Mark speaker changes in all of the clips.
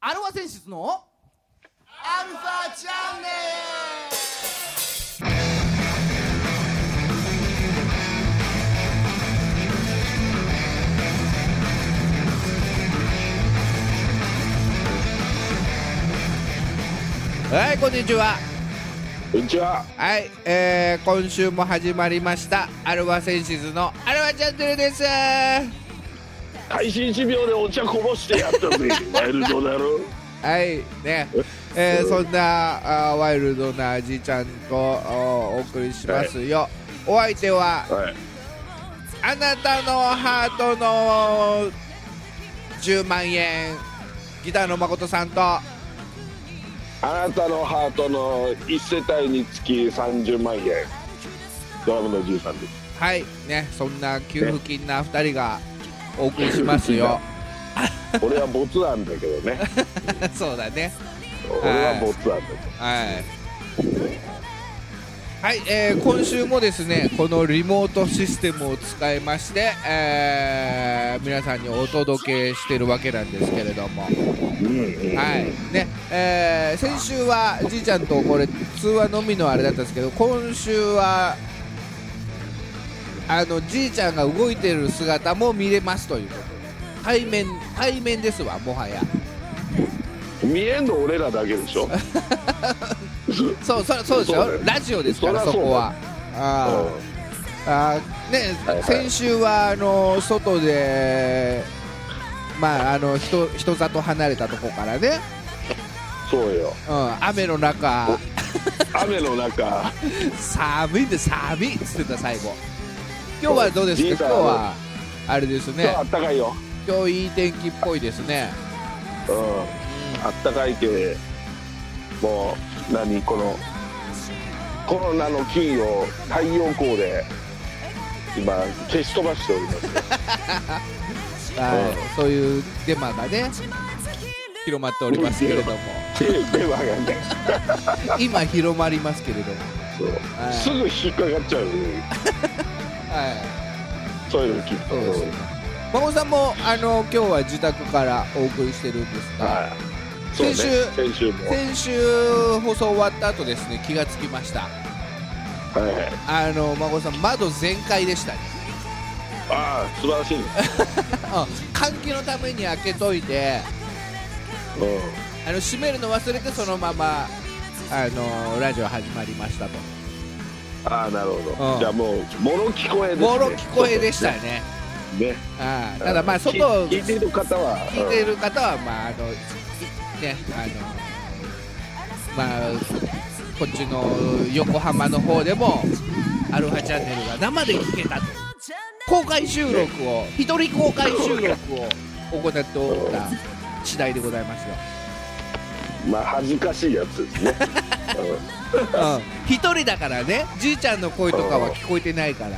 Speaker 1: アルファ選出のアルファチャンネ
Speaker 2: はいこんにちは
Speaker 3: こんにちは。
Speaker 2: はい、えー、今週も始まりましたアルファセンシズのアルファチャンネルですは
Speaker 3: 開始1秒でお茶こぼしてやったぜ。ワイルドだ ろ。
Speaker 2: いねえー、そんなあーワイルドなじいちゃんとおお送りしますよ、お相手は
Speaker 3: はい。
Speaker 2: あなたのハートの10万円ギターの誠さんとは
Speaker 3: あなたのハートの一世帯につき30万円。ドラムのじいさんです。
Speaker 2: いねそんな給付金な2人がお送りしますよ
Speaker 3: 俺はボツなんだけどね。
Speaker 2: そうだね
Speaker 3: 俺はボツなんだけ
Speaker 2: はいはい、えー今週もですねこのリモートシステムを使いまして、えー皆さんにお届けしてるわけなんですけれども、は
Speaker 3: ど。うんうん。
Speaker 2: いねえー先週はじいちゃんとこれ通話のみのあれだったんですけど今週はあのじいちゃんが動いてる姿も見れますということで対面対面ですわもはや
Speaker 3: 見えんの俺らだけでしょ。
Speaker 2: そうそそうです
Speaker 3: そうだ
Speaker 2: よ
Speaker 3: よ
Speaker 2: ラジオですからそ
Speaker 3: そりゃそうだ
Speaker 2: こはあー、あーね、
Speaker 3: はいはい
Speaker 2: 先週はあの外で、まあ、あの人人里離れたとこからね、
Speaker 3: そうよ。
Speaker 2: うん、雨の中、
Speaker 3: 雨の中、
Speaker 2: 寒いんで寒いっつってた、最後。今日はどうですか、
Speaker 3: リ
Speaker 2: 今
Speaker 3: ー
Speaker 2: 日
Speaker 3: ダー
Speaker 2: はあれです
Speaker 3: 今日
Speaker 2: ね
Speaker 3: あ、ったかいよ。
Speaker 2: 今日いい天気っぽいですね、
Speaker 3: うん。あったかいけ。もう、何、この。コロナの菌を太陽光で。今、消し飛ばしております。
Speaker 2: はいそういうデマがね、広まっておりますけれ ども、
Speaker 3: 手はがね、
Speaker 2: 今、広まりますけれども、
Speaker 3: そう
Speaker 2: はい
Speaker 3: すぐ引っかかっちゃうね
Speaker 2: はい、
Speaker 3: そういうの聞く
Speaker 2: そうですよ
Speaker 3: と。
Speaker 2: 孫さんもあの今日は自宅からお送りしてるんですが。
Speaker 3: はいそうね
Speaker 2: 先週
Speaker 3: 先週も
Speaker 2: 先週放送終わった後ですね気がつきました
Speaker 3: はいはい
Speaker 2: あの孫さん窓全開でしたね
Speaker 3: ああ素晴らしいね
Speaker 2: うん換気のために開けといて
Speaker 3: う
Speaker 2: あの閉めるの忘れてそのままあのラジオ始まりましたと
Speaker 3: んああなるほ
Speaker 2: うん
Speaker 3: どじゃあもうもろ聞こえですね
Speaker 2: もろ聞こえでしたね
Speaker 3: ね
Speaker 2: ああただまあ
Speaker 3: 聞
Speaker 2: 外を
Speaker 3: 聞いてる方は
Speaker 2: 聞いてる方はまああのねあのまあこっちの横浜の方でもアルファチャンネルが生で聞けたと公開収録を一人公開収録を行っておった次第でございますよ
Speaker 3: うんまあ恥ずかしいや つですねうん
Speaker 2: うん一人だからねじいちゃんの声とかは聞こえてないから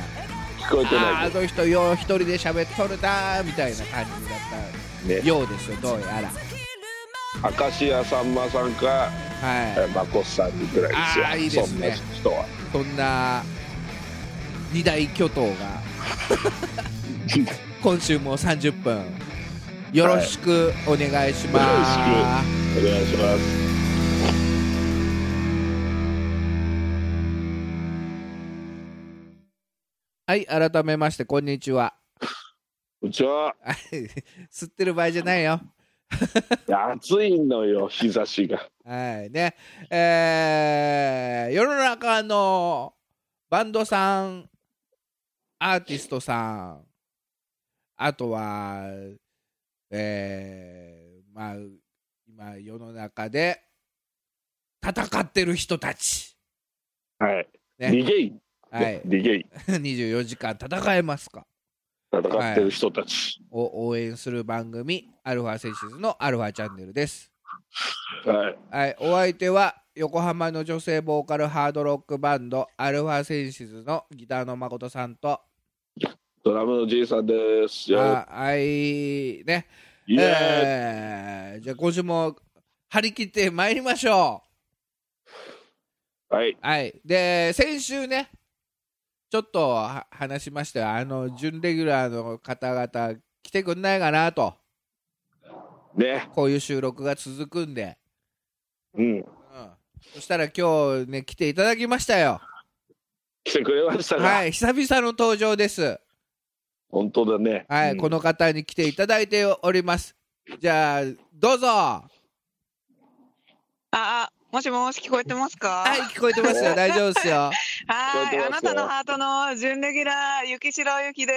Speaker 3: 聞こえて
Speaker 2: ああ
Speaker 3: な
Speaker 2: あ
Speaker 3: い
Speaker 2: の人よう一人で喋っとるなーみたいな感じだっ
Speaker 3: ね
Speaker 2: たようですよどうやら
Speaker 3: 明石家さんまさんか
Speaker 2: はい
Speaker 3: えまこっさんぐらいですよ
Speaker 2: ああいいですね
Speaker 3: そんな人は
Speaker 2: そんな二大巨頭が今週も30分よろしくお願いします、
Speaker 3: はお願いします
Speaker 2: はい改めましてこんにちは
Speaker 3: こんにちは
Speaker 2: 吸ってる場合じゃないよ
Speaker 3: いや暑いのよ日差しが
Speaker 2: はいねえー世の中のバンドさんアーティストさんあとはえーまあ今世の中で戦ってる人たち、
Speaker 3: はい、リ
Speaker 2: ね
Speaker 3: ゲイ、
Speaker 2: はい、
Speaker 3: リゲイ
Speaker 2: 24時間戦えますか
Speaker 3: 戦ってる人たち、
Speaker 2: を応援する番組「アルファセンシズ」の「アルファチャンネル」です。
Speaker 3: はい、
Speaker 2: はい、お相手は横浜の女性ボーカルハードロックバンドアルファセンシズのギターの誠さんと
Speaker 3: ドラムのじいさんですよ
Speaker 2: あはいね
Speaker 3: イエーイ、
Speaker 2: えーじゃあ今週も張り切って参りましょ
Speaker 3: はい、
Speaker 2: うはいで先週ねちょっとは話しましたよあの準レギュラーの方々来てくんないかなと
Speaker 3: ね
Speaker 2: こういう収録が続くんで、
Speaker 3: う
Speaker 2: う
Speaker 3: ん
Speaker 2: ん、そしたら今日ね来ていただきましたよ
Speaker 3: 来てくれましたが、
Speaker 2: はい久々の登場です
Speaker 3: 本当だね
Speaker 2: はい、
Speaker 3: うん
Speaker 2: この方に来ていただいておりますじゃあどうぞは
Speaker 4: あ、あもしもし聞こえてますか。
Speaker 2: い聞こえてますよ 大丈夫ですよ
Speaker 4: は
Speaker 3: 聞
Speaker 4: ーい。
Speaker 3: こえてま
Speaker 4: あな
Speaker 3: すよ
Speaker 4: たのハートの準レギュラー雪白ゆきで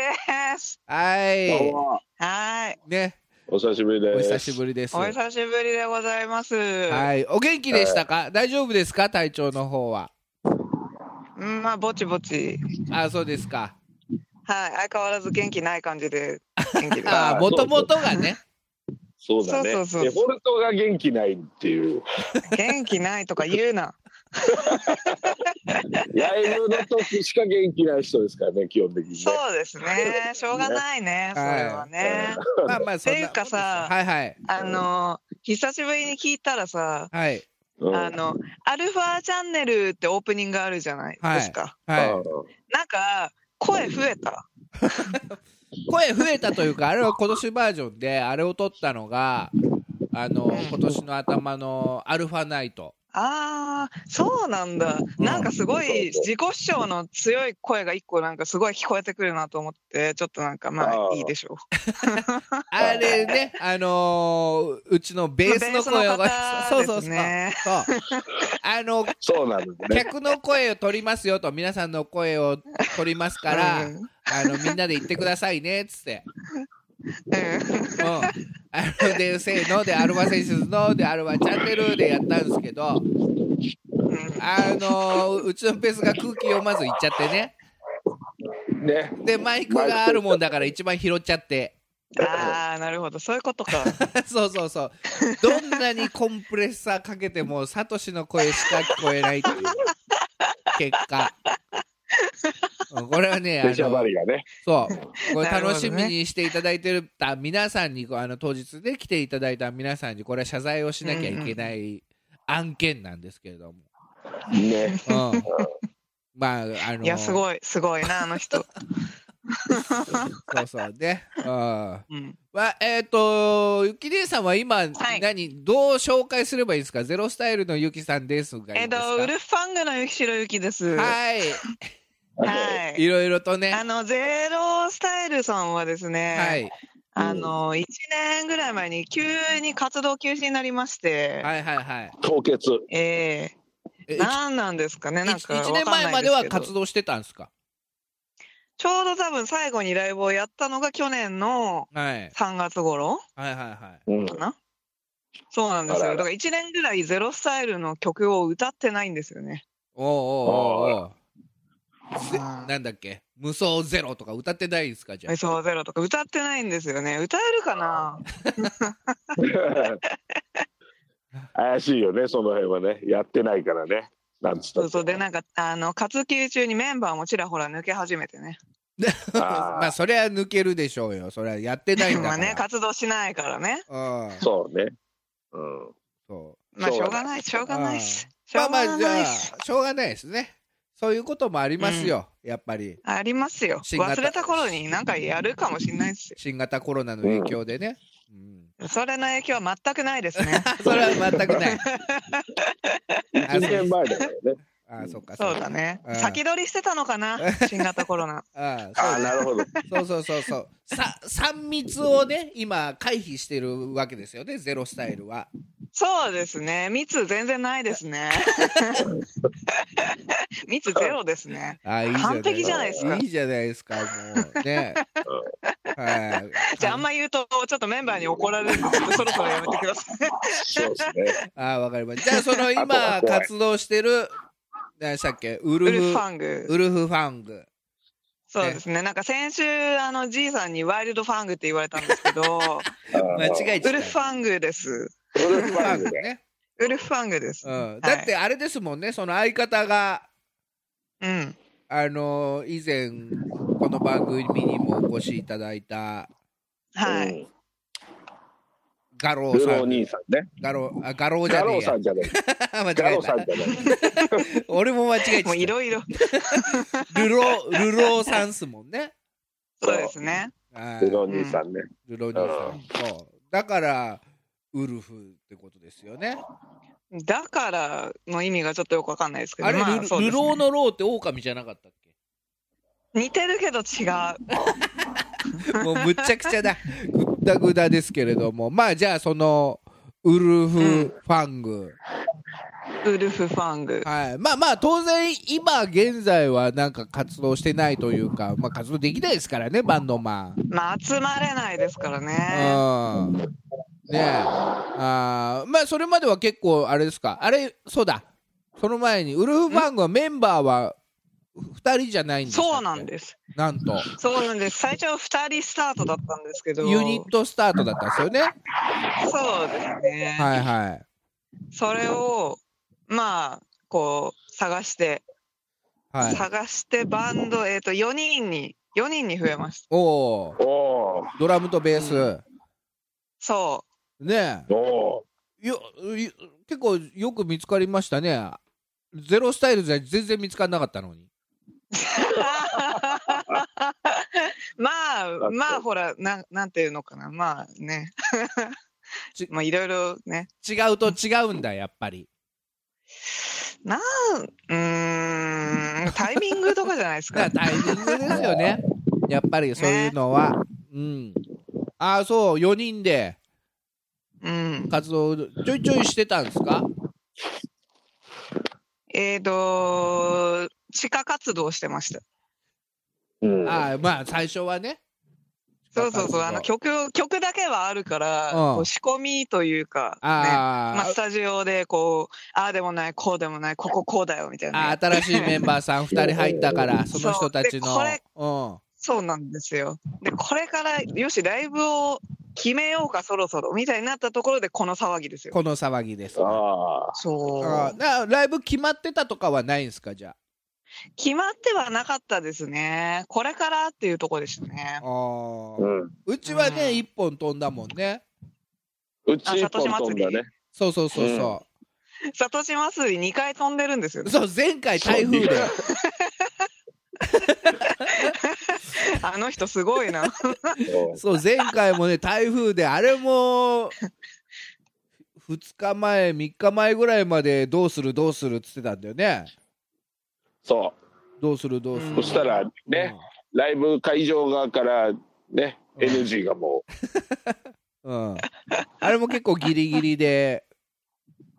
Speaker 4: す。
Speaker 3: どう
Speaker 2: は
Speaker 3: も
Speaker 4: はーい。
Speaker 2: いね
Speaker 3: お久しぶりで
Speaker 2: お
Speaker 3: す
Speaker 2: 久しぶりです
Speaker 4: お久しぶりでございます。
Speaker 2: はいお元気でしたか大丈夫ですか体調の方は
Speaker 4: うん、まあぼちぼち。
Speaker 2: あそうですか
Speaker 4: はい。相変わらず元気ない感じで。元気で。
Speaker 2: あ
Speaker 3: ー
Speaker 2: もともとがね
Speaker 3: そうだね
Speaker 4: そうそうそう
Speaker 3: デフォルトが元気ないっていう
Speaker 4: 元気ないとか言うな。
Speaker 3: ライブの時しか元気ない人ですからね基本的にね
Speaker 4: そうですね。しょうがないね。それはね。
Speaker 2: まあまあそんなもんですよ
Speaker 4: っていうかさ
Speaker 2: はいはい
Speaker 4: あの久しぶりに聞いたらさ。
Speaker 2: はい
Speaker 3: うん
Speaker 4: あの、アルファチャンネルってオープニングあるじゃないですか。
Speaker 2: はい
Speaker 4: なんか、声増えた。
Speaker 2: 声増えたというかあれは今年バージョンであれを撮ったのがあの今年の頭のアルファナイト
Speaker 4: ああ、そうなんだ。
Speaker 2: うん
Speaker 4: なんかすごい
Speaker 3: そう
Speaker 4: 自己主張の強い声が一個なんかすごい聞こえてくるなと思って、ちょっとなんかま
Speaker 3: あ
Speaker 4: あ
Speaker 3: ー
Speaker 4: いいでしょう。
Speaker 2: あれねあのーうちのベースの声を
Speaker 4: まあ
Speaker 2: そうそう
Speaker 4: ベースの方
Speaker 2: そう
Speaker 4: です
Speaker 2: そう
Speaker 4: ね
Speaker 2: あの
Speaker 3: そうなんですね
Speaker 2: 客の声を取りますよと皆さんの声を取りますから、
Speaker 4: うん
Speaker 2: あのみんなで言ってくださいねっつって
Speaker 4: うん
Speaker 2: うん、あので「せーの」で「アルファ選手の」で「アルファチャンネル」でやったんですけどあ
Speaker 4: うん
Speaker 2: のうちのペースが空気をまずいっちゃってね
Speaker 3: ね
Speaker 2: でマイクがあるもんだから一番拾っちゃって
Speaker 4: ああ、なるほど。そういうことか。
Speaker 2: そうそうそうどんなにコンプレッサーかけてもサトシの声しか聞こえないっていう結果うんこれはねあ
Speaker 3: 出しゃば
Speaker 2: の
Speaker 3: りがね
Speaker 2: そうこれ
Speaker 4: なるほどね
Speaker 2: 楽しみにしていただいてるた皆さんにあの当日で来ていただいた皆さんにこれは謝罪をしなきゃいけない案件なんですけれども、
Speaker 3: ね
Speaker 2: うん、まああの
Speaker 4: いや、す
Speaker 2: い
Speaker 4: ごい、すごいな、あ の人。
Speaker 2: そうそうね、うん
Speaker 4: うん、
Speaker 2: わえっ、とゆき姉さんは今、
Speaker 4: い
Speaker 2: 何どう紹介すればいいですかゼロスタイルのゆきさんですがい
Speaker 4: え
Speaker 2: い
Speaker 4: っ
Speaker 2: ですか
Speaker 4: と、ウルフファングのゆきしろゆきです。
Speaker 2: はい
Speaker 4: はい
Speaker 2: いろいろとね
Speaker 4: あの、ゼロスタイルさんはですね、
Speaker 2: はい、
Speaker 4: あの、1年ぐらい前に急に活動休止になりまして、
Speaker 2: はいはいはい
Speaker 3: 凍結
Speaker 4: え
Speaker 2: え
Speaker 4: え何なんですかね、なんか
Speaker 2: 1年前までは活
Speaker 4: 動
Speaker 2: 動してたんですか
Speaker 4: ちょうど多分最後にライブをやったのが去年の
Speaker 2: はい
Speaker 4: 3月頃
Speaker 2: はいはいはい
Speaker 3: うん
Speaker 4: かな。そうなんです
Speaker 3: あ
Speaker 4: よ。
Speaker 3: らあら
Speaker 4: だから1年ぐらいゼロスタイルの曲を歌ってないんですよね。
Speaker 2: おうおうおうおうぜ
Speaker 4: あー
Speaker 2: なんだっけ無双ゼロとか歌ってないですかじゃ
Speaker 4: えそうゼロとか歌ってないんですよね。歌えるかな
Speaker 3: 怪しいよねその辺はねやってないからねなんつった
Speaker 4: そ
Speaker 3: って
Speaker 4: うそう。で、なんか、あの、活休中にメンバーもちらほら抜け始めてね。
Speaker 2: あ
Speaker 3: あー
Speaker 2: まあそれは抜けるでしょうよそれはやってないんだ
Speaker 4: ま
Speaker 2: か
Speaker 4: あね、
Speaker 2: ら
Speaker 4: 活動しないからね。
Speaker 2: うん
Speaker 3: そうねうん
Speaker 2: そう
Speaker 4: まあ、
Speaker 3: そう
Speaker 4: し
Speaker 3: だね
Speaker 4: ょうがない、しょうがないっす。し
Speaker 2: ま
Speaker 4: ょ
Speaker 2: あ
Speaker 4: う
Speaker 2: ま
Speaker 4: が
Speaker 2: あじ
Speaker 4: な
Speaker 2: ゃ
Speaker 4: い
Speaker 2: あ
Speaker 4: っす。
Speaker 2: しょうがないですねそういうこともありますよ、やっぱり
Speaker 4: ありますよ。
Speaker 2: 新型
Speaker 4: 忘れた頃になんかやるかもしれないですよ。
Speaker 2: 新型コロナの影響でね、 うん
Speaker 4: それの影響は全くないですね。
Speaker 2: あそれは全くないあ
Speaker 3: 1年前だからね
Speaker 2: あそっか
Speaker 4: そう
Speaker 2: っか
Speaker 4: だね
Speaker 2: うん。
Speaker 4: 先取りしてたのか な、新型コロナ。
Speaker 2: あ
Speaker 3: ああなるほど
Speaker 2: そうそうそうそうさ3密をね今回避してるわけですよねゼロスタイルは
Speaker 4: そうですね。密全然ないですね。 密ゼロですね。
Speaker 2: あいい
Speaker 4: 完璧じゃないですか
Speaker 2: いいじゃないですか、もう。 ね。はい。
Speaker 4: じゃああんま言うとちょっとメンバーに怒られるのでそろそろやめてください。
Speaker 3: そうですね
Speaker 2: あわかりました。じゃあ、その
Speaker 3: あとは
Speaker 2: 今
Speaker 3: 怖い
Speaker 2: 活動してる、何でしたっけ、ウ
Speaker 4: ウ
Speaker 2: ル
Speaker 4: ルフ
Speaker 2: フ
Speaker 4: フ、ァング。
Speaker 2: ウルフファング。
Speaker 4: そうですね。なんか先週あのじいさんにワイルドファングって言われたんですけ ど、
Speaker 2: 間違え
Speaker 4: ウ
Speaker 2: ちゃ
Speaker 4: ル
Speaker 2: っ
Speaker 4: フフ
Speaker 2: た。
Speaker 4: ァングです。
Speaker 3: ウ
Speaker 2: ウ
Speaker 3: ルフバングね
Speaker 2: ね。
Speaker 4: ウルフファングです。
Speaker 2: うん。だって、あれですもんね、その相方が、
Speaker 4: うん。
Speaker 2: あの以前、この番組にもお越しいただいた、
Speaker 4: は
Speaker 3: う
Speaker 4: い。
Speaker 3: ん
Speaker 2: ガロ
Speaker 3: ル
Speaker 2: ー
Speaker 3: ロ
Speaker 2: さ
Speaker 3: お
Speaker 2: ん。
Speaker 3: 兄さんね
Speaker 2: ガロー、あ、ガローじ
Speaker 3: ガ
Speaker 2: ゃ
Speaker 3: ロ
Speaker 2: ね
Speaker 3: ーさんじゃない
Speaker 2: え や。間
Speaker 3: ガ
Speaker 2: 違え
Speaker 3: ローさ
Speaker 2: た
Speaker 3: ん。じゃない
Speaker 2: 俺も間違えち
Speaker 4: もうい
Speaker 2: ゃっ
Speaker 4: ろいろ。
Speaker 2: た。ルロー、ルローさんっすもんね。
Speaker 4: そうですね。
Speaker 2: はい
Speaker 3: ルロお兄さんね
Speaker 2: ルロニーさん、そうだからウルフってことですよね。
Speaker 4: だからの意味がちょっとよくわかんないですけど、
Speaker 2: あれ、
Speaker 4: ま
Speaker 2: ル
Speaker 4: あそう
Speaker 2: ル
Speaker 4: です
Speaker 2: ロー
Speaker 4: ね、
Speaker 2: のローって狼じゃなかったっけ
Speaker 4: 似てるけど違う。
Speaker 2: もうむっちゃくちゃだ。ぐったぐだですけれども。まあじゃあその、ウルフ
Speaker 4: うん
Speaker 2: ファング。
Speaker 4: ウルフファング。
Speaker 2: はい。まあまあ当然今現在はなんか活動してないというか、まあ活動できないですからね、バンドマン。
Speaker 4: まあ集まれないですからね。
Speaker 2: うん。ねえ。あーまあそれまでは結構あれですか。あれ、そうだ。その前に、ウルフファングはメンバーは2人じゃないんです
Speaker 4: そうなん
Speaker 2: す。
Speaker 4: です。
Speaker 2: なんと。
Speaker 4: そうなんです。最初は二人スタートだったんですけど。
Speaker 2: ユニットスタートだったんですよね。
Speaker 4: そうですね。
Speaker 2: はいはい。
Speaker 4: それを、まあ、こう、探して、
Speaker 2: はい。
Speaker 4: 探してバンド、えっ、と、4人に、4人に増えました。
Speaker 2: おお
Speaker 3: おお
Speaker 2: ドラムとベース、
Speaker 4: そ
Speaker 2: ね
Speaker 3: おお
Speaker 2: えよよ結構よく見つかりましたねゼロスタイルじゃ全然見つからなかったのに
Speaker 4: う。まあ、まあ、ほら、なん、なんていうのかな。まあね
Speaker 2: ち。
Speaker 4: まあ、いろいろね。
Speaker 2: 違うと違うんだやっぱり
Speaker 4: なん、うーん、タイミングとかじゃないです
Speaker 2: だ
Speaker 4: か。
Speaker 2: からタイミングですよ ねやっぱりそういうのは、うんああそう4人で
Speaker 4: うん。
Speaker 2: 活動ちょいちょいしてたんですか
Speaker 4: えっ、と、地下活動してました。
Speaker 3: うん
Speaker 2: ああまあ最初はね
Speaker 4: そうそうそう、あの曲、曲だけはあるから、
Speaker 2: うん
Speaker 4: こう仕込みというか、ね、
Speaker 2: あー、
Speaker 4: まあ、スタジオでこう、ああでもない、こうでもない、こここうだよみたいな
Speaker 2: ああ
Speaker 4: ね、
Speaker 2: 新しいメンバーさん2人入った からその人たち
Speaker 4: そうで
Speaker 2: の
Speaker 4: そうなんですよ。で、これから、よし、ライブを決めようか、そろそろ、みたいになったところで、この騒ぎです
Speaker 2: うん、
Speaker 4: よ。
Speaker 2: この騒ぎです
Speaker 3: ああ
Speaker 4: そ
Speaker 2: あ
Speaker 4: う。
Speaker 2: なライブ決まってたとかはないんですかじゃ
Speaker 4: 決まってはなかったですね。これからっていうところでした
Speaker 2: あ。
Speaker 4: ね
Speaker 2: あ
Speaker 3: う
Speaker 2: あ
Speaker 3: ん
Speaker 2: うちは
Speaker 4: う
Speaker 2: ね
Speaker 4: ん
Speaker 2: 一本飛んだもんね
Speaker 3: うち一本飛んだね
Speaker 2: そうそうそうそ
Speaker 4: サトシマスリ2回飛んでるんですよ
Speaker 2: う
Speaker 4: ね。
Speaker 2: そう前回台風で
Speaker 3: そう
Speaker 4: あの人すごい な。
Speaker 3: うん
Speaker 2: そう前回もね台風であれも2日前3日前ぐらいまでどうするどうするっつってたんだよね
Speaker 3: そ
Speaker 2: どうするどうす
Speaker 4: う
Speaker 3: うんそ
Speaker 2: る
Speaker 3: したらねライブ会場側からね
Speaker 2: うん
Speaker 3: NG がも
Speaker 2: うん、うんあれも結構ギリギリで、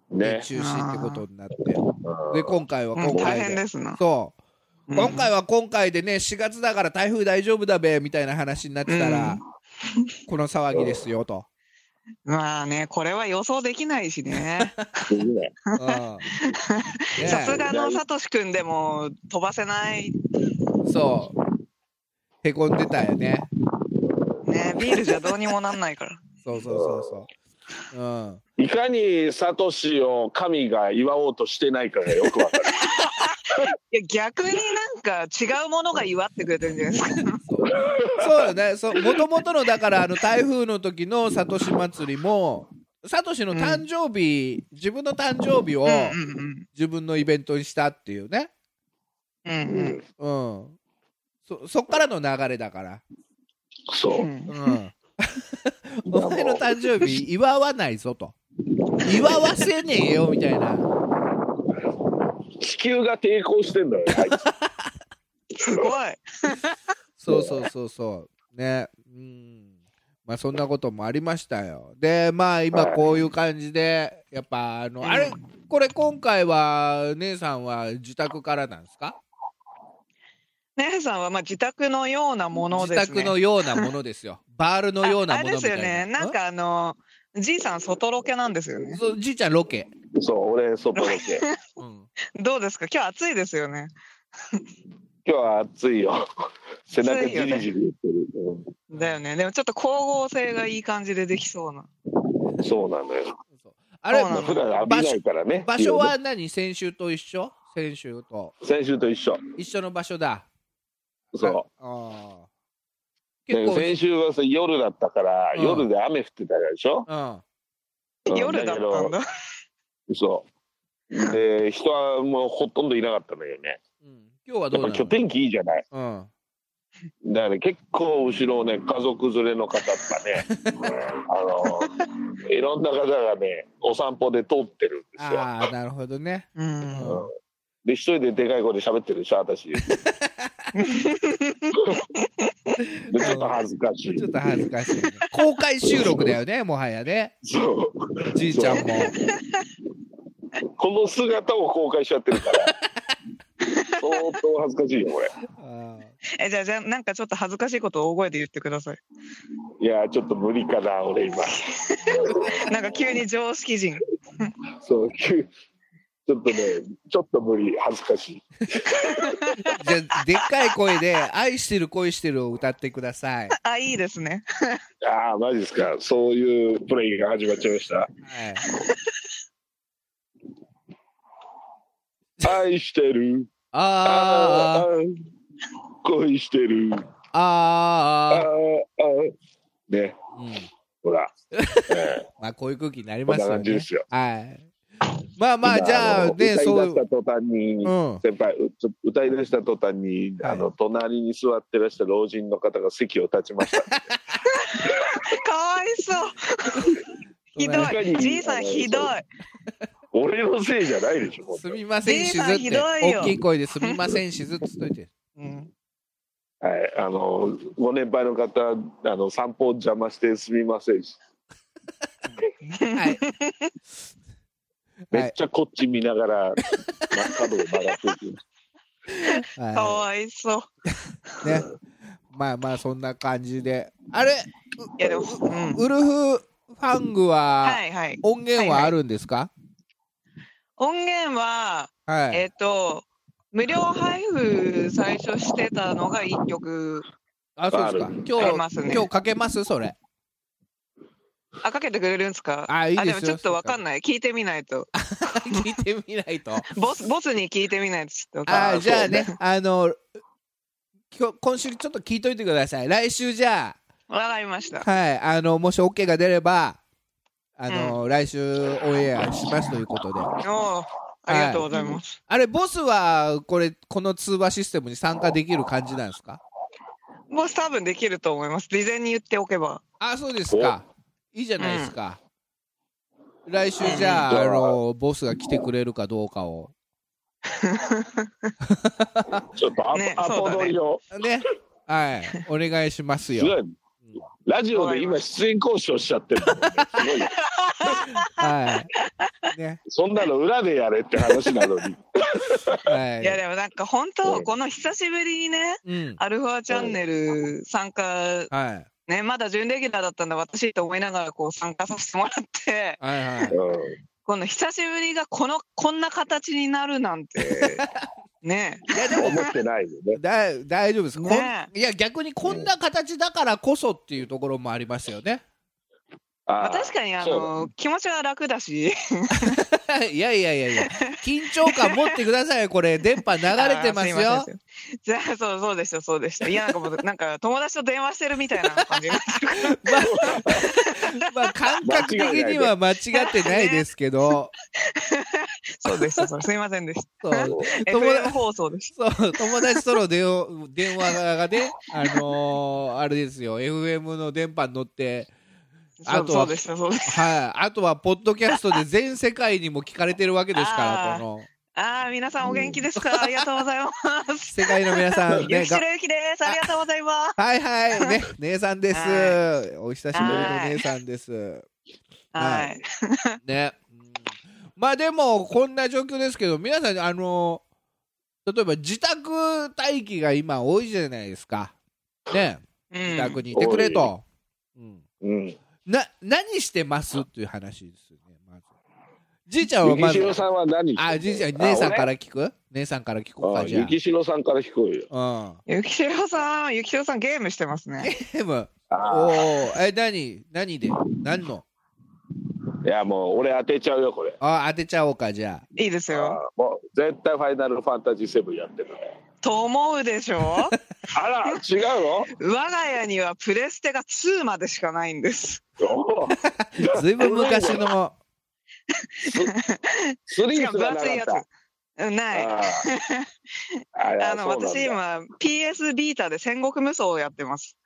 Speaker 3: う
Speaker 2: ね
Speaker 3: ね
Speaker 2: 中止ってことになって
Speaker 3: うん
Speaker 2: で今回は
Speaker 4: うん
Speaker 2: 今
Speaker 4: 大
Speaker 2: 回
Speaker 4: 変
Speaker 2: で、
Speaker 4: ですな。
Speaker 2: そう
Speaker 4: うん
Speaker 2: 今回は今回でね4月だから台風大丈夫だべみたいな話になってたら、
Speaker 4: うん
Speaker 2: この騒ぎですよと、
Speaker 4: まあね、これは予想できない しね。
Speaker 3: すごい
Speaker 2: う
Speaker 3: ね
Speaker 2: んね
Speaker 4: さすがのサトシ君でも飛ばせない。
Speaker 2: そうへこんでたよね
Speaker 4: ね、ビールじゃどうにもなんないから。
Speaker 2: そうそうそうそううん
Speaker 3: いかにサトシを神が祝おうとしてないかがよくわかる
Speaker 4: いや、逆になんか違うものが祝ってくれてるんじゃないですか。
Speaker 2: そうそうよねそうもともとのだからあの台風の時のサトシ祭りもサトシの誕生日、自分の誕生日を
Speaker 4: うんうん
Speaker 2: 自分のイベントにしたっていうね
Speaker 4: うん。うんうん。
Speaker 2: うんそそっからの流れだから
Speaker 3: そううん
Speaker 2: うん、お前の誕生日祝わないぞと祝わせねえよみたいな
Speaker 3: 地球が抵抗してんだよあいつ
Speaker 4: すごい。
Speaker 2: そうそうそうそうねうんまあそんなこともありましたよでまあ今こういう感じでやっぱあのあれこれ今回は姉さんは自宅からなんですか
Speaker 4: 姉さんはまあ自宅のようなもの
Speaker 2: 自
Speaker 4: ですね。
Speaker 2: 宅のようなものです よバールのような
Speaker 4: ああ
Speaker 2: も
Speaker 4: れ
Speaker 2: の
Speaker 4: で
Speaker 2: み
Speaker 4: す
Speaker 2: たい
Speaker 4: よ
Speaker 2: な
Speaker 4: ね。なんかあの、じいさん外ロケなんですよね。
Speaker 2: そうじいちゃんロケ、
Speaker 3: そう俺そこだけ
Speaker 2: うん、
Speaker 4: どうですか今日暑いですよね。
Speaker 3: 今日は暑いよ背中
Speaker 4: 暑
Speaker 3: ジ
Speaker 4: いよ
Speaker 3: リ
Speaker 4: ね
Speaker 3: ジリ言ってる、
Speaker 4: だよね。でもちょっと光合成がいい感じでできそうな。
Speaker 3: うん、そうなのよ
Speaker 2: そうあれ
Speaker 4: そうなの
Speaker 3: 普段浴びないからね
Speaker 2: 場所は何先週と一緒先週と
Speaker 3: 先週と一緒
Speaker 2: 一緒の場所だ
Speaker 3: そ
Speaker 2: ああ
Speaker 3: うだ
Speaker 2: 結
Speaker 3: から
Speaker 2: 構、
Speaker 3: 先週はさ夜だったから、
Speaker 2: うん
Speaker 3: 夜で雨降ってたからでしょ
Speaker 2: うん、
Speaker 3: うん
Speaker 4: 夜だったんだ。
Speaker 3: そうで人はもうほとんどいなかったのよね
Speaker 2: うん、今日は
Speaker 3: や
Speaker 2: ど
Speaker 3: っ
Speaker 2: う
Speaker 3: ぱ
Speaker 2: な
Speaker 3: 今日
Speaker 2: の、
Speaker 3: 天気いいじゃない
Speaker 2: うん、
Speaker 3: だからね結構後ろをね家族連れの方とか ねあのいろんな方がねお散歩で通ってるんですよ。
Speaker 2: ああ、なるほどね。う
Speaker 4: う
Speaker 2: ん
Speaker 4: ん。
Speaker 3: で一人ででかい声で喋ってるでし ょ私。でちょっと恥ずかしい
Speaker 2: ちょっ。と恥ずかしいね、公開収録だよね、もはやね。
Speaker 3: そう
Speaker 2: じいちゃんも。
Speaker 3: この姿を公開しちゃってるから。相当恥ずかしいよこれ。
Speaker 2: あ
Speaker 4: え、じゃあ、じゃあ、なんかちょっと恥ずかしいことを大声で言ってください。
Speaker 3: いやちょっと無理かな俺今。
Speaker 4: なんか急に常識人。
Speaker 3: そう急ちょっとねちょっと無理恥ずかしい。
Speaker 2: ーじゃあ、でっかい声で、愛してる恋してるを歌ってください。
Speaker 4: あ、いいですね。
Speaker 3: ああ、マジですか。そういうプレイが始まっちゃいました。
Speaker 2: はい。
Speaker 3: 愛してる。
Speaker 2: あー
Speaker 3: あー。恋してる。
Speaker 2: あー、あ
Speaker 3: あー
Speaker 2: ーあ
Speaker 3: あー。ね、
Speaker 2: ー、うん。
Speaker 3: ほら。え
Speaker 2: まあ、こういう空気になり
Speaker 3: ーこ
Speaker 2: ま
Speaker 3: ん
Speaker 2: す
Speaker 3: な
Speaker 2: よ
Speaker 3: 感じで
Speaker 2: ね。
Speaker 3: すよ。
Speaker 2: はい。まあまあ、じゃあ
Speaker 3: 今
Speaker 2: ね、
Speaker 3: の
Speaker 2: そ
Speaker 3: 歌いう出し。た途端に、
Speaker 2: うん。
Speaker 3: 先輩うちょ歌い出した途端に、
Speaker 2: はい
Speaker 3: あの隣に座ってらした老人の方が席を立ちました
Speaker 4: かわいそう。ひどい。じいさん、ひどい。
Speaker 3: 俺のせいじゃないでしょ本
Speaker 2: す
Speaker 3: 当に
Speaker 2: みませんしずっ
Speaker 4: じ
Speaker 2: て
Speaker 4: いさんひどいよ
Speaker 2: 大きい声ですみませんしずっつっといて
Speaker 4: うん。
Speaker 3: はいあのご年配の方あの散歩を邪魔してすみませんし
Speaker 2: はい
Speaker 3: めっちゃこっち見ながら、真っ角を曲がっていく。
Speaker 2: はい
Speaker 4: かわいそう。
Speaker 2: ねまあまあそんな感じであれ
Speaker 4: いや、でも、うん。
Speaker 2: ウルフファングは
Speaker 4: はいはい。
Speaker 2: 音源はあるんですか
Speaker 4: 音源は、
Speaker 2: はい、
Speaker 4: えっ、と、無料配布最初してたのが1曲。
Speaker 2: あそうですか
Speaker 3: ある
Speaker 4: あり
Speaker 2: 今
Speaker 4: ます
Speaker 2: 日、
Speaker 4: ね
Speaker 2: 今日かけますそれ
Speaker 4: あ、かけてくれるんですか
Speaker 2: あいいですよ
Speaker 4: でもちょっとわかんない。聞いてみないと。
Speaker 2: 聞いてみない と
Speaker 4: ボス、ボスに聞いてみないとちょっとわかんない。
Speaker 2: あじゃあね
Speaker 4: そう。
Speaker 2: あの今日今週ちょっと聞いといてください来週じゃ
Speaker 4: わかりました。
Speaker 2: あはいあのもし OK が出ればあの、来週オンエアしますということで
Speaker 4: おお、ありがとうございます。
Speaker 2: あれ、ボスは、これ、この通話システムに参加できる感じなんですか
Speaker 4: ボス多分できると思います。事前に言っておけば。
Speaker 2: あ、そうですか。いいじゃないですか。来週、じゃ
Speaker 3: うん
Speaker 2: あ、あの、ボスが来てくれるかどうかを。
Speaker 3: ちょっとア,、
Speaker 4: ね
Speaker 3: アポ取りを、
Speaker 2: ね。はい。お願いします
Speaker 3: すご
Speaker 2: よ。
Speaker 3: い。ラジオで今出演交渉しちゃってる、すごい。
Speaker 2: はい。ね。
Speaker 3: そんなの裏でやれって話なのに。
Speaker 2: はい
Speaker 4: や、でもなんか本
Speaker 3: う
Speaker 4: 当、
Speaker 3: ん
Speaker 4: この久しぶりにね、
Speaker 2: い。うん。
Speaker 4: アルファチャンネル参加、
Speaker 2: はい。
Speaker 4: ね、まだ準レギュラーだったんだ、私と思いながらこう参加させてもらって、
Speaker 2: はいはい。
Speaker 3: う
Speaker 4: この久しぶりがこの、こんな形になるな んて、ね。
Speaker 2: いや、で
Speaker 3: ん、
Speaker 2: も、
Speaker 3: 思ってないよね。
Speaker 2: だ大丈夫です。こん
Speaker 4: ね
Speaker 2: いや、逆にこんな形だからこそっていうところもありますよね。
Speaker 4: ま
Speaker 3: あ
Speaker 4: あ、確かにあの、気持ちは楽だし、
Speaker 2: いやいやいやいや、緊張感持ってください、これ、電波流れてます
Speaker 4: あ
Speaker 2: よ
Speaker 4: ー。いませんじゃあ、そう、そうでした、そうでした。いや、なんかもう、なんか友達と電話してるみたいな感じになってるから
Speaker 2: まあ、 感覚的には間違ってないですけ ど、
Speaker 4: そうでした、そうすいませんでした。
Speaker 2: そう
Speaker 3: そう
Speaker 2: 友
Speaker 4: FM
Speaker 2: 達
Speaker 4: 放送でし
Speaker 2: そう友達との電話電話がね、あのーあれですよ、FM の電波に乗って、
Speaker 4: た。そ
Speaker 2: あ
Speaker 4: う
Speaker 2: と
Speaker 4: そ
Speaker 2: は
Speaker 4: うでした、そうでし
Speaker 2: はい、あとはポッドキャストで全世界にも聞かれてるわけですから、
Speaker 4: あー
Speaker 2: この
Speaker 4: た。ああ、皆さんお元気ですかありがとうございます。
Speaker 2: 世界の皆さん、
Speaker 4: ゆ
Speaker 2: ね
Speaker 4: き、し
Speaker 2: が
Speaker 4: ろゆきです。ありがとうございます。
Speaker 2: はいはい、 ね、姉さんです
Speaker 4: は。
Speaker 2: お久しぶりの姉さんです。は
Speaker 4: はいい。
Speaker 2: ね、まあでもこんな状況ですけど皆さんあの例えば自宅待機が今多いじゃないですかね
Speaker 4: う
Speaker 2: 自
Speaker 4: ん
Speaker 2: 宅にいてくれと、うん、
Speaker 3: うん。
Speaker 2: な何してますっていう話ですよねまずじいちゃんは
Speaker 3: ゆ
Speaker 2: ま
Speaker 3: きし
Speaker 2: ず
Speaker 3: ろさんは何
Speaker 2: あじいちゃん姉さんから聞く姉さんから聞こう
Speaker 3: あ
Speaker 2: かじゃ
Speaker 3: ゆきしろさんから聞こうよ。
Speaker 2: あ
Speaker 4: ゆきしろさん、ゆきしろさんゲームしてますね。
Speaker 2: うんでもお
Speaker 3: あ
Speaker 2: ーえ何何で何の
Speaker 3: ーいや、もう俺当てちゃうよ、これ。
Speaker 2: あ当てちゃおうかじゃ
Speaker 4: いいです
Speaker 3: あ
Speaker 4: よ。
Speaker 3: ーもう絶対ファイナルファンタジー7やってるね。
Speaker 4: と思うでしょ
Speaker 3: あら、違う
Speaker 4: 我が家にはプレステが2までしかないんです。
Speaker 3: のおー
Speaker 2: あずいぶん昔の
Speaker 3: ススリーすらなかった。
Speaker 4: うんない
Speaker 3: あああれ
Speaker 4: あ
Speaker 3: は
Speaker 4: の
Speaker 3: そうなんだ
Speaker 4: 私今 PS ビータで戦国無双をやってます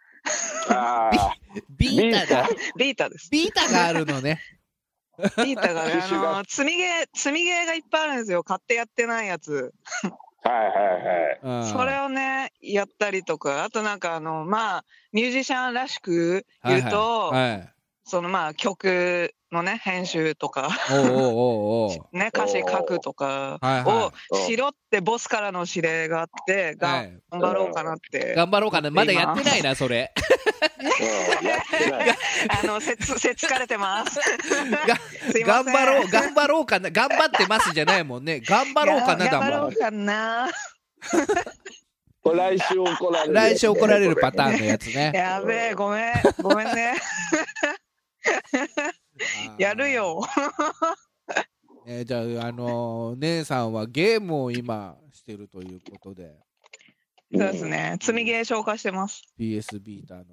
Speaker 3: ああ
Speaker 2: ビータが、
Speaker 4: ビータです
Speaker 2: ビータがあるのね。
Speaker 4: ビータがね
Speaker 3: 機
Speaker 4: あ
Speaker 3: 種が
Speaker 4: の積みゲー積みゲーがいっぱいあるんですよ買ってやってないやつ
Speaker 3: はいはいはい
Speaker 2: うん
Speaker 4: それをねやったりとかあとなんかあのまあミュージシャンらしく言うと、
Speaker 2: はいはい
Speaker 4: そのまあ曲のね編集 とか
Speaker 2: おうおうおうおう
Speaker 4: ね歌詞書くとか
Speaker 2: はいは
Speaker 4: をしろってボスからの指令があって
Speaker 2: い、は
Speaker 4: 頑
Speaker 2: い、
Speaker 4: 張ろうかなって、
Speaker 2: 頑張ろうかなまだやってないなそれ
Speaker 3: うんやってない
Speaker 4: あのせつせつかれてます。 すいませ
Speaker 2: 頑
Speaker 4: ん
Speaker 2: 張ろう頑張ろうかな頑張ってますじゃないもんね頑張ろうかなだ
Speaker 4: 頑張ろ
Speaker 2: も
Speaker 4: うかな。
Speaker 3: これ来週怒られ
Speaker 2: ん
Speaker 3: る
Speaker 2: 来週怒られるパターンのやつ ね
Speaker 4: やべえ、ごめん、ごめんね。や るよ。
Speaker 2: えーじゃあ、あのー姉さんはゲームを今してるということで、
Speaker 4: そうですね。積みゲー消化してます。
Speaker 2: PS ビーターの。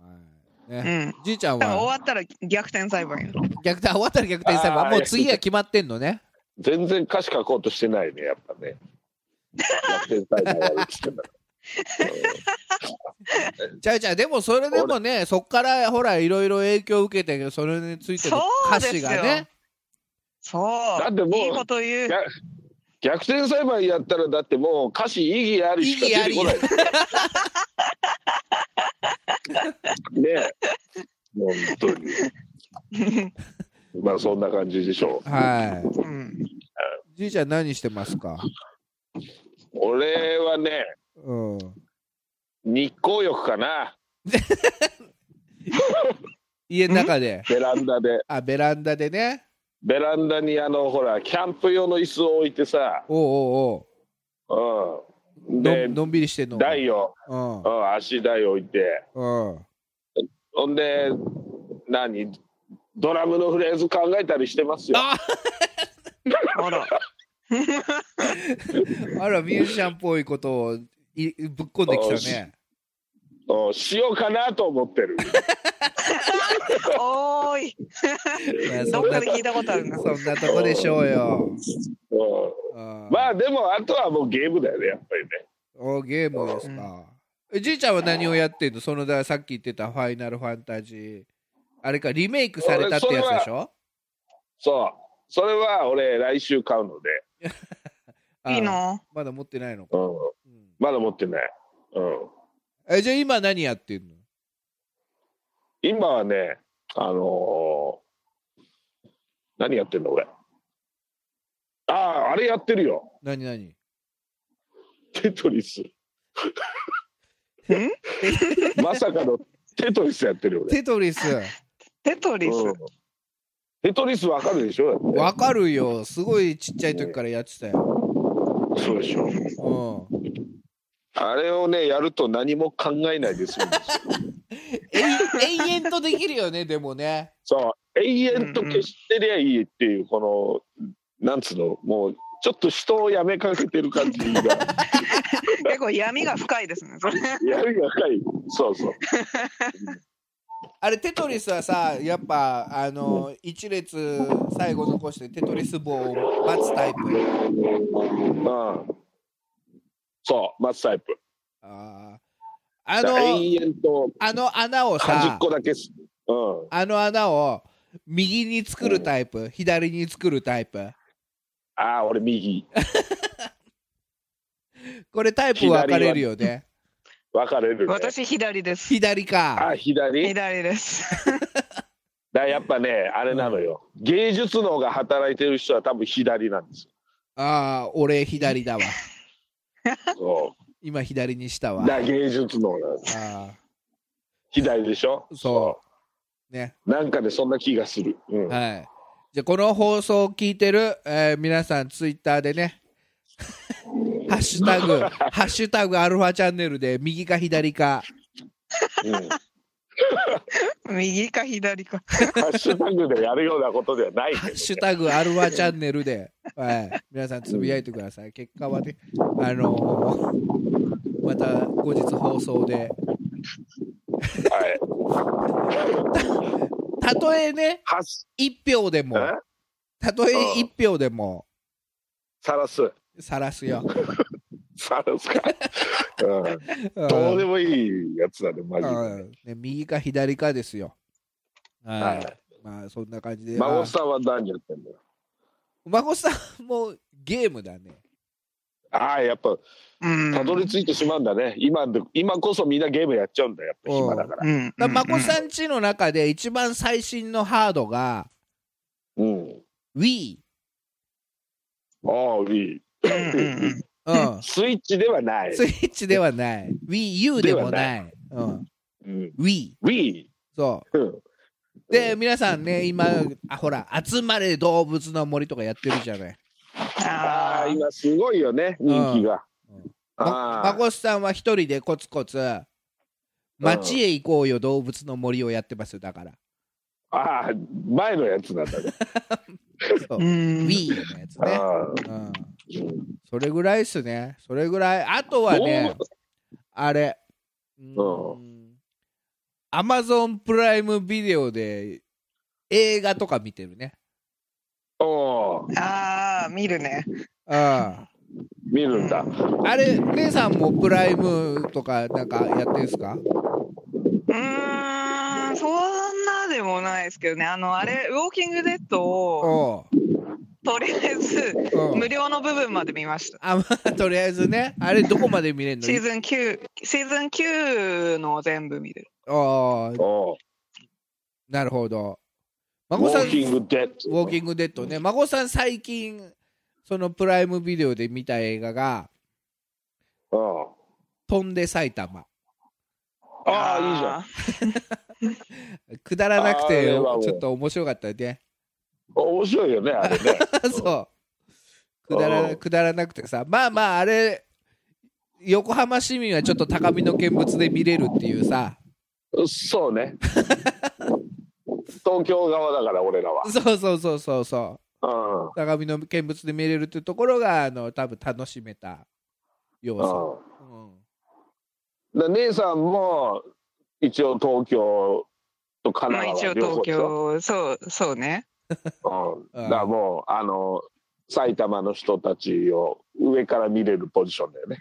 Speaker 2: はい
Speaker 4: うん。
Speaker 2: ねじいちゃん
Speaker 4: 多分終
Speaker 2: は
Speaker 4: わったら逆転裁判やろ。
Speaker 2: 逆 転、終わったら逆転裁
Speaker 3: あ
Speaker 2: 判、
Speaker 3: ー
Speaker 2: もう次は決まってんのね。
Speaker 3: 全然歌詞書こうとしてないねやっぱ ね逆転裁判やるっつってんだ から
Speaker 2: ちゃうちゃう、でもそれでもね、そっからほら、いろいろ影響を受けて、それについての歌詞が
Speaker 4: そうです
Speaker 2: ね
Speaker 4: よ、そう。
Speaker 3: だってもう
Speaker 4: いいこと言う。
Speaker 3: や逆転裁判やったらだってもう歌詞意義ありしか出てこないねえ本当にまあそんな感じでしょう
Speaker 2: は
Speaker 4: うん。
Speaker 2: い。じいちゃん、何してますか
Speaker 3: 俺はね
Speaker 2: うん。
Speaker 3: 日光浴かな
Speaker 2: 家の中で、
Speaker 3: ベランダで
Speaker 2: あ、ベランダでね、
Speaker 3: ベランダにあのほらキャンプ用の椅子を置いてさ、
Speaker 2: おうおう
Speaker 3: う
Speaker 2: お
Speaker 3: ん、
Speaker 2: う
Speaker 3: で
Speaker 2: のん、のんびりしてんの。
Speaker 3: 台を、
Speaker 2: うん
Speaker 3: う。ん、足台置いて
Speaker 2: うん。
Speaker 3: ほんで何ドラムのフレーズ考えたりしてますよ
Speaker 2: あ
Speaker 4: ほら。
Speaker 2: あら、ミュージシャンっぽいことをいぶっこんできたね。
Speaker 3: うんしようかなと思ってる
Speaker 4: おー い。
Speaker 2: まあ
Speaker 4: ど
Speaker 2: そ
Speaker 4: っ
Speaker 2: ん
Speaker 4: か
Speaker 2: な
Speaker 4: で聞いたことあるな。
Speaker 2: そんなとこでしょうよ。
Speaker 3: う
Speaker 2: あ
Speaker 3: んまあでもあとはもうゲームだよねやっぱりね
Speaker 2: おゲームですか。えじいちゃんは何をやってんのそのださっき言ってた「ファイナルファンタジー」あれかリメイクされたってやつでしょ
Speaker 3: そうそれは俺来週買うので、
Speaker 2: あ
Speaker 4: いいの
Speaker 2: まだ持ってないのか、
Speaker 3: うん、
Speaker 2: うん
Speaker 3: まだ持ってない、うん、
Speaker 2: えじゃあ今何やってんの
Speaker 3: 今はねあのー何やってんの俺あああれやってるよ
Speaker 2: 何何
Speaker 3: テトリス
Speaker 4: ん
Speaker 3: まさかのテトリスやってるよ俺
Speaker 2: テトリス
Speaker 4: テトリス。
Speaker 3: うんテトリスわかるでしょだって
Speaker 2: わかるよすごいちっちゃい時からやってたよ、
Speaker 3: そうでしょ
Speaker 2: うん、
Speaker 3: あれをねやると何も考えないですよ
Speaker 2: えい 永遠とできるよねでもね
Speaker 3: そう永遠と消してりゃいいっていうこのなんつうのもうちょっと人をやめかけてる感じが
Speaker 4: 結構闇が深いですね。そ れ。
Speaker 3: やるやかいそうそう
Speaker 2: あれテトリスはさやっぱあの一列最後残してテトリス棒を待つタイプ
Speaker 3: うんそうマスタイプ
Speaker 2: あーあ
Speaker 3: だから
Speaker 2: の
Speaker 3: 永遠と
Speaker 2: あの穴を
Speaker 3: 端っ
Speaker 2: さ
Speaker 3: こだけすうん
Speaker 2: あの穴を右に作るタイプ左に作るタイプ
Speaker 3: ああ俺右
Speaker 2: これタイプ分かれるよね
Speaker 3: 分かれる、ね、
Speaker 4: 私左です。
Speaker 2: 左か
Speaker 3: あ左だか
Speaker 4: 左です。
Speaker 3: らやっぱねあれなのよ、芸術能が働いてる人は多分左なんです
Speaker 2: ああ俺左だわ
Speaker 3: よそ
Speaker 2: 今左にした
Speaker 3: う
Speaker 2: わ
Speaker 3: だから芸術能なんです
Speaker 2: あ
Speaker 3: 左でしょ
Speaker 2: ーそうね
Speaker 3: うなんかでそんな気がする、うん
Speaker 2: はいじゃあこの放送を聞いてる、えー皆さんツイッターでね ハッシュタ グ「ハッシュタグアルファチャンネル」で右か左か
Speaker 3: うんハ
Speaker 4: 右か左か。
Speaker 3: ッシュタグでやるようなことではないけど
Speaker 2: ハッシュタグアルファチャンネルで、はい、皆さんつぶやいてください。結果はね、あのーまた後日放送で、
Speaker 3: はい
Speaker 2: たとえね、
Speaker 3: ハッシ
Speaker 2: 1票でも、
Speaker 3: え
Speaker 2: たとえ1票でも、
Speaker 3: さらす
Speaker 2: さらすよ、
Speaker 3: さらすか、うん、どうでもいいやつだねマジで、
Speaker 2: うんね、右か左かですよ。はい
Speaker 3: はい
Speaker 2: まあそんな感じで。ま
Speaker 3: 孫
Speaker 2: あ
Speaker 3: さんは何やってんのよ
Speaker 2: 孫さんもゲームだね。
Speaker 3: ああやっぱ
Speaker 4: うん。
Speaker 3: たどり着いてしまうんだね、今で今こそみんなゲームやっちゃうんだやっぱ暇だから
Speaker 4: うん。
Speaker 2: だから孫さん家の中で一番最新のハードが
Speaker 3: うん、
Speaker 2: Wii。
Speaker 3: ああいい
Speaker 4: うんうんうん。
Speaker 2: うん。
Speaker 3: スイッチではない
Speaker 2: スイッチではない。WiiU でもない。うん。
Speaker 3: うん、
Speaker 2: Wii。
Speaker 3: Wii
Speaker 2: そう。
Speaker 3: うん
Speaker 2: で、皆さんね、今、あ、ほら、集まれ動物の森とかやってるじゃない。
Speaker 3: あ
Speaker 4: あ
Speaker 3: あ
Speaker 4: あ、
Speaker 3: 今すごいよね人気が、
Speaker 2: うんま
Speaker 3: あ
Speaker 2: 孫さんは一人でコツコツ、街へ行こうよ動物の森をやってますよ、だから。
Speaker 3: あああ前のやつなんだね
Speaker 2: そう
Speaker 4: う。ん。
Speaker 2: Wii のやつね。
Speaker 3: あ
Speaker 2: うん。
Speaker 3: ー
Speaker 2: それぐらいっすね。それぐらい。あとはね、あれ。う
Speaker 3: う
Speaker 2: アマゾンプライムビデオで映画とか見てるね。
Speaker 3: おおー
Speaker 4: ああ、見るね。
Speaker 2: うん。あ
Speaker 3: 見るんだ
Speaker 2: れ、姉さんもプライムとかなんかやってんすか
Speaker 4: うーん、そんなでもないですけどね。あの、あれ、ウォーキングデッドを、
Speaker 2: おう
Speaker 4: とりあえず、
Speaker 2: おう
Speaker 4: 無料の部分まで見ました。
Speaker 2: あ、まあ、とりあえずね。あれ、どこまで見れるの
Speaker 4: シーズン9、シーズン9のを全部見る。
Speaker 2: ああ、
Speaker 3: おー
Speaker 2: なるほど。
Speaker 3: ウ
Speaker 2: 孫
Speaker 3: ォ
Speaker 2: さん、
Speaker 3: ーキングデッ
Speaker 2: ウォーキ
Speaker 3: グ
Speaker 2: ングデッドね。孫さん、最近、そのプライムビデオで見た映画が、飛んで埼玉。
Speaker 3: ああいいじゃん
Speaker 2: くだらなく
Speaker 3: あ
Speaker 2: て、
Speaker 3: れ
Speaker 2: ち
Speaker 3: はもう
Speaker 2: ょっと面白かったね。
Speaker 3: 面白いよねあれね
Speaker 2: そう。くだ
Speaker 3: う
Speaker 2: ら
Speaker 3: ん
Speaker 2: くだらなくてさ、まあまあ、あれ、横浜市民はちょっと高みの見物で見れるっていうさ、
Speaker 3: そうね東京側だから俺らは
Speaker 2: そうそうそうそうそう。
Speaker 3: うん
Speaker 2: 高みの見物で見れるっていうところが、あの、多分楽しめた要素。
Speaker 3: うん
Speaker 2: うん
Speaker 3: だ姉さんも一応東京と神
Speaker 4: まあ
Speaker 3: 奈
Speaker 4: 一応
Speaker 3: 川両方
Speaker 4: 東
Speaker 3: でしょ、
Speaker 4: 京、そう、そうね。
Speaker 3: うん、だからもうあの埼玉の人たちを上から見れるポジションだよね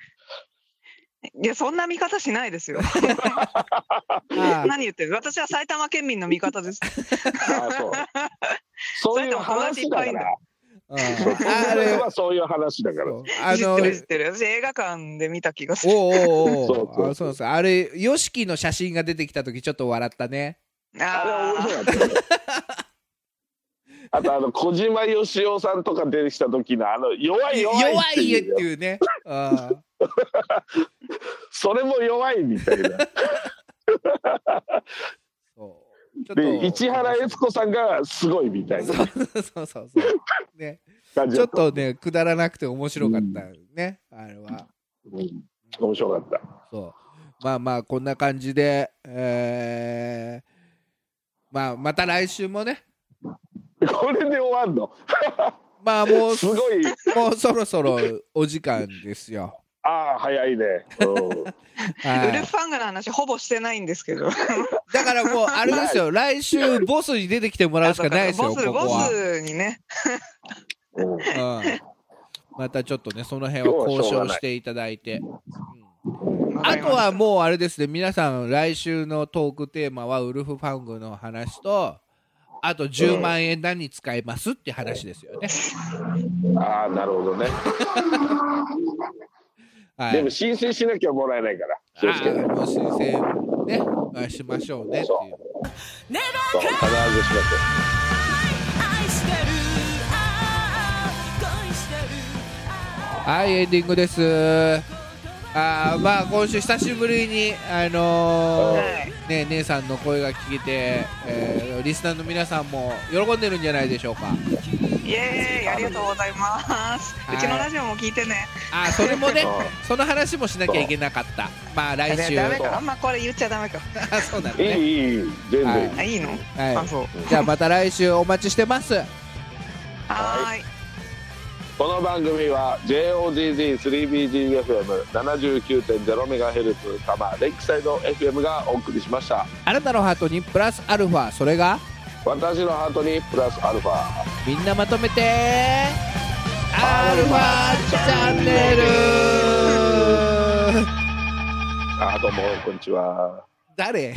Speaker 4: いや、そんな見方しないで すよ。
Speaker 2: ああ
Speaker 4: 何言ってる私は埼玉県民の味方です。
Speaker 3: ああそうそういう話だから
Speaker 2: うん
Speaker 3: そう
Speaker 2: あれ
Speaker 3: 俺はそういう話だから
Speaker 2: そう あ
Speaker 4: 知っ
Speaker 2: の
Speaker 4: てる知ってる。私映画館で見た気がする。
Speaker 2: おうおうおう
Speaker 3: そうそ
Speaker 2: あそ
Speaker 3: う
Speaker 2: うそうあれ YOSHIKI の写真が出てきた時ちょっと笑ったね
Speaker 3: あれは面
Speaker 4: あ
Speaker 3: 白かったよあとあの小島よしおさんとか出てきた時のあの弱い弱い
Speaker 2: 弱
Speaker 3: って
Speaker 2: い家
Speaker 3: い
Speaker 2: っ
Speaker 3: う
Speaker 2: ていう ねああ
Speaker 3: それも弱いみた いな
Speaker 2: そうちょっと
Speaker 3: で市原悦子さんがすごいみたいな
Speaker 2: そうそうそうね
Speaker 3: 感じ
Speaker 2: ちょ
Speaker 3: だ
Speaker 2: っ
Speaker 3: っ
Speaker 2: たとねくだらなくて面白かったねあれは
Speaker 3: うん面白かった
Speaker 2: そうまあまあこんな感じでえーまあまた来週もね
Speaker 3: これで終わんの
Speaker 2: まあもう
Speaker 3: すごい
Speaker 2: もうそろそろお時間です よ
Speaker 3: ああ早いね、うん、
Speaker 4: あ、
Speaker 2: は
Speaker 4: ウル
Speaker 2: い
Speaker 4: フファングの話ほぼしてないんです けど。
Speaker 2: だからもうあれですよ来週ボスに出てきてもらうしかないですよ
Speaker 4: ボ
Speaker 2: こ
Speaker 4: ス、
Speaker 2: こ
Speaker 4: ボ
Speaker 2: は。
Speaker 4: スにね。
Speaker 3: うん
Speaker 2: うんまたちょっとねその辺は交渉していただいてあとはもうあれですね皆さん来週のトークテーマはウルフファングの話とあと10万円何に使いますって話ですよね、
Speaker 3: ああなるほどね、
Speaker 2: は
Speaker 3: でも
Speaker 2: い、
Speaker 3: 申請しなきゃもらえないから気を
Speaker 2: あ
Speaker 3: つけないと
Speaker 2: もう申請ねまあしましょうねっていう
Speaker 3: 必ずします
Speaker 5: 愛してるああ恋してるあ
Speaker 2: はいエンディングですあーまあ今週久しぶりにあのー
Speaker 4: はい
Speaker 2: ね、姉さんの声が聞けて、えーリスナーの皆さんも喜んでるんじゃないでしょうか
Speaker 4: イエーイ、ありがとうございます。
Speaker 2: はいう
Speaker 4: ちのラジオも聞いてね。
Speaker 2: あーそれもね
Speaker 3: う
Speaker 2: その話もしなきゃいけなかったまあ来
Speaker 4: あれ
Speaker 2: 週
Speaker 4: ダメか
Speaker 2: あ
Speaker 4: な。あんまこれ言っちゃダメか。
Speaker 2: そうなの
Speaker 3: い
Speaker 2: ね
Speaker 3: いいいいい全然いい
Speaker 4: あ、いいの
Speaker 2: は
Speaker 4: あ、
Speaker 2: い
Speaker 4: そう。
Speaker 2: じゃあまた来週お待ちしてます
Speaker 4: はーい。
Speaker 3: この番組は JOGG3BGFM79.0MHz 様レックサイド FM がお送りしました
Speaker 2: あなたのハートにプラスアルファそれが
Speaker 3: 私のハートにプラスアルファ
Speaker 2: みんなまとめて
Speaker 5: あ
Speaker 2: アルファチャンネル
Speaker 3: あどうもこんにちは
Speaker 2: 誰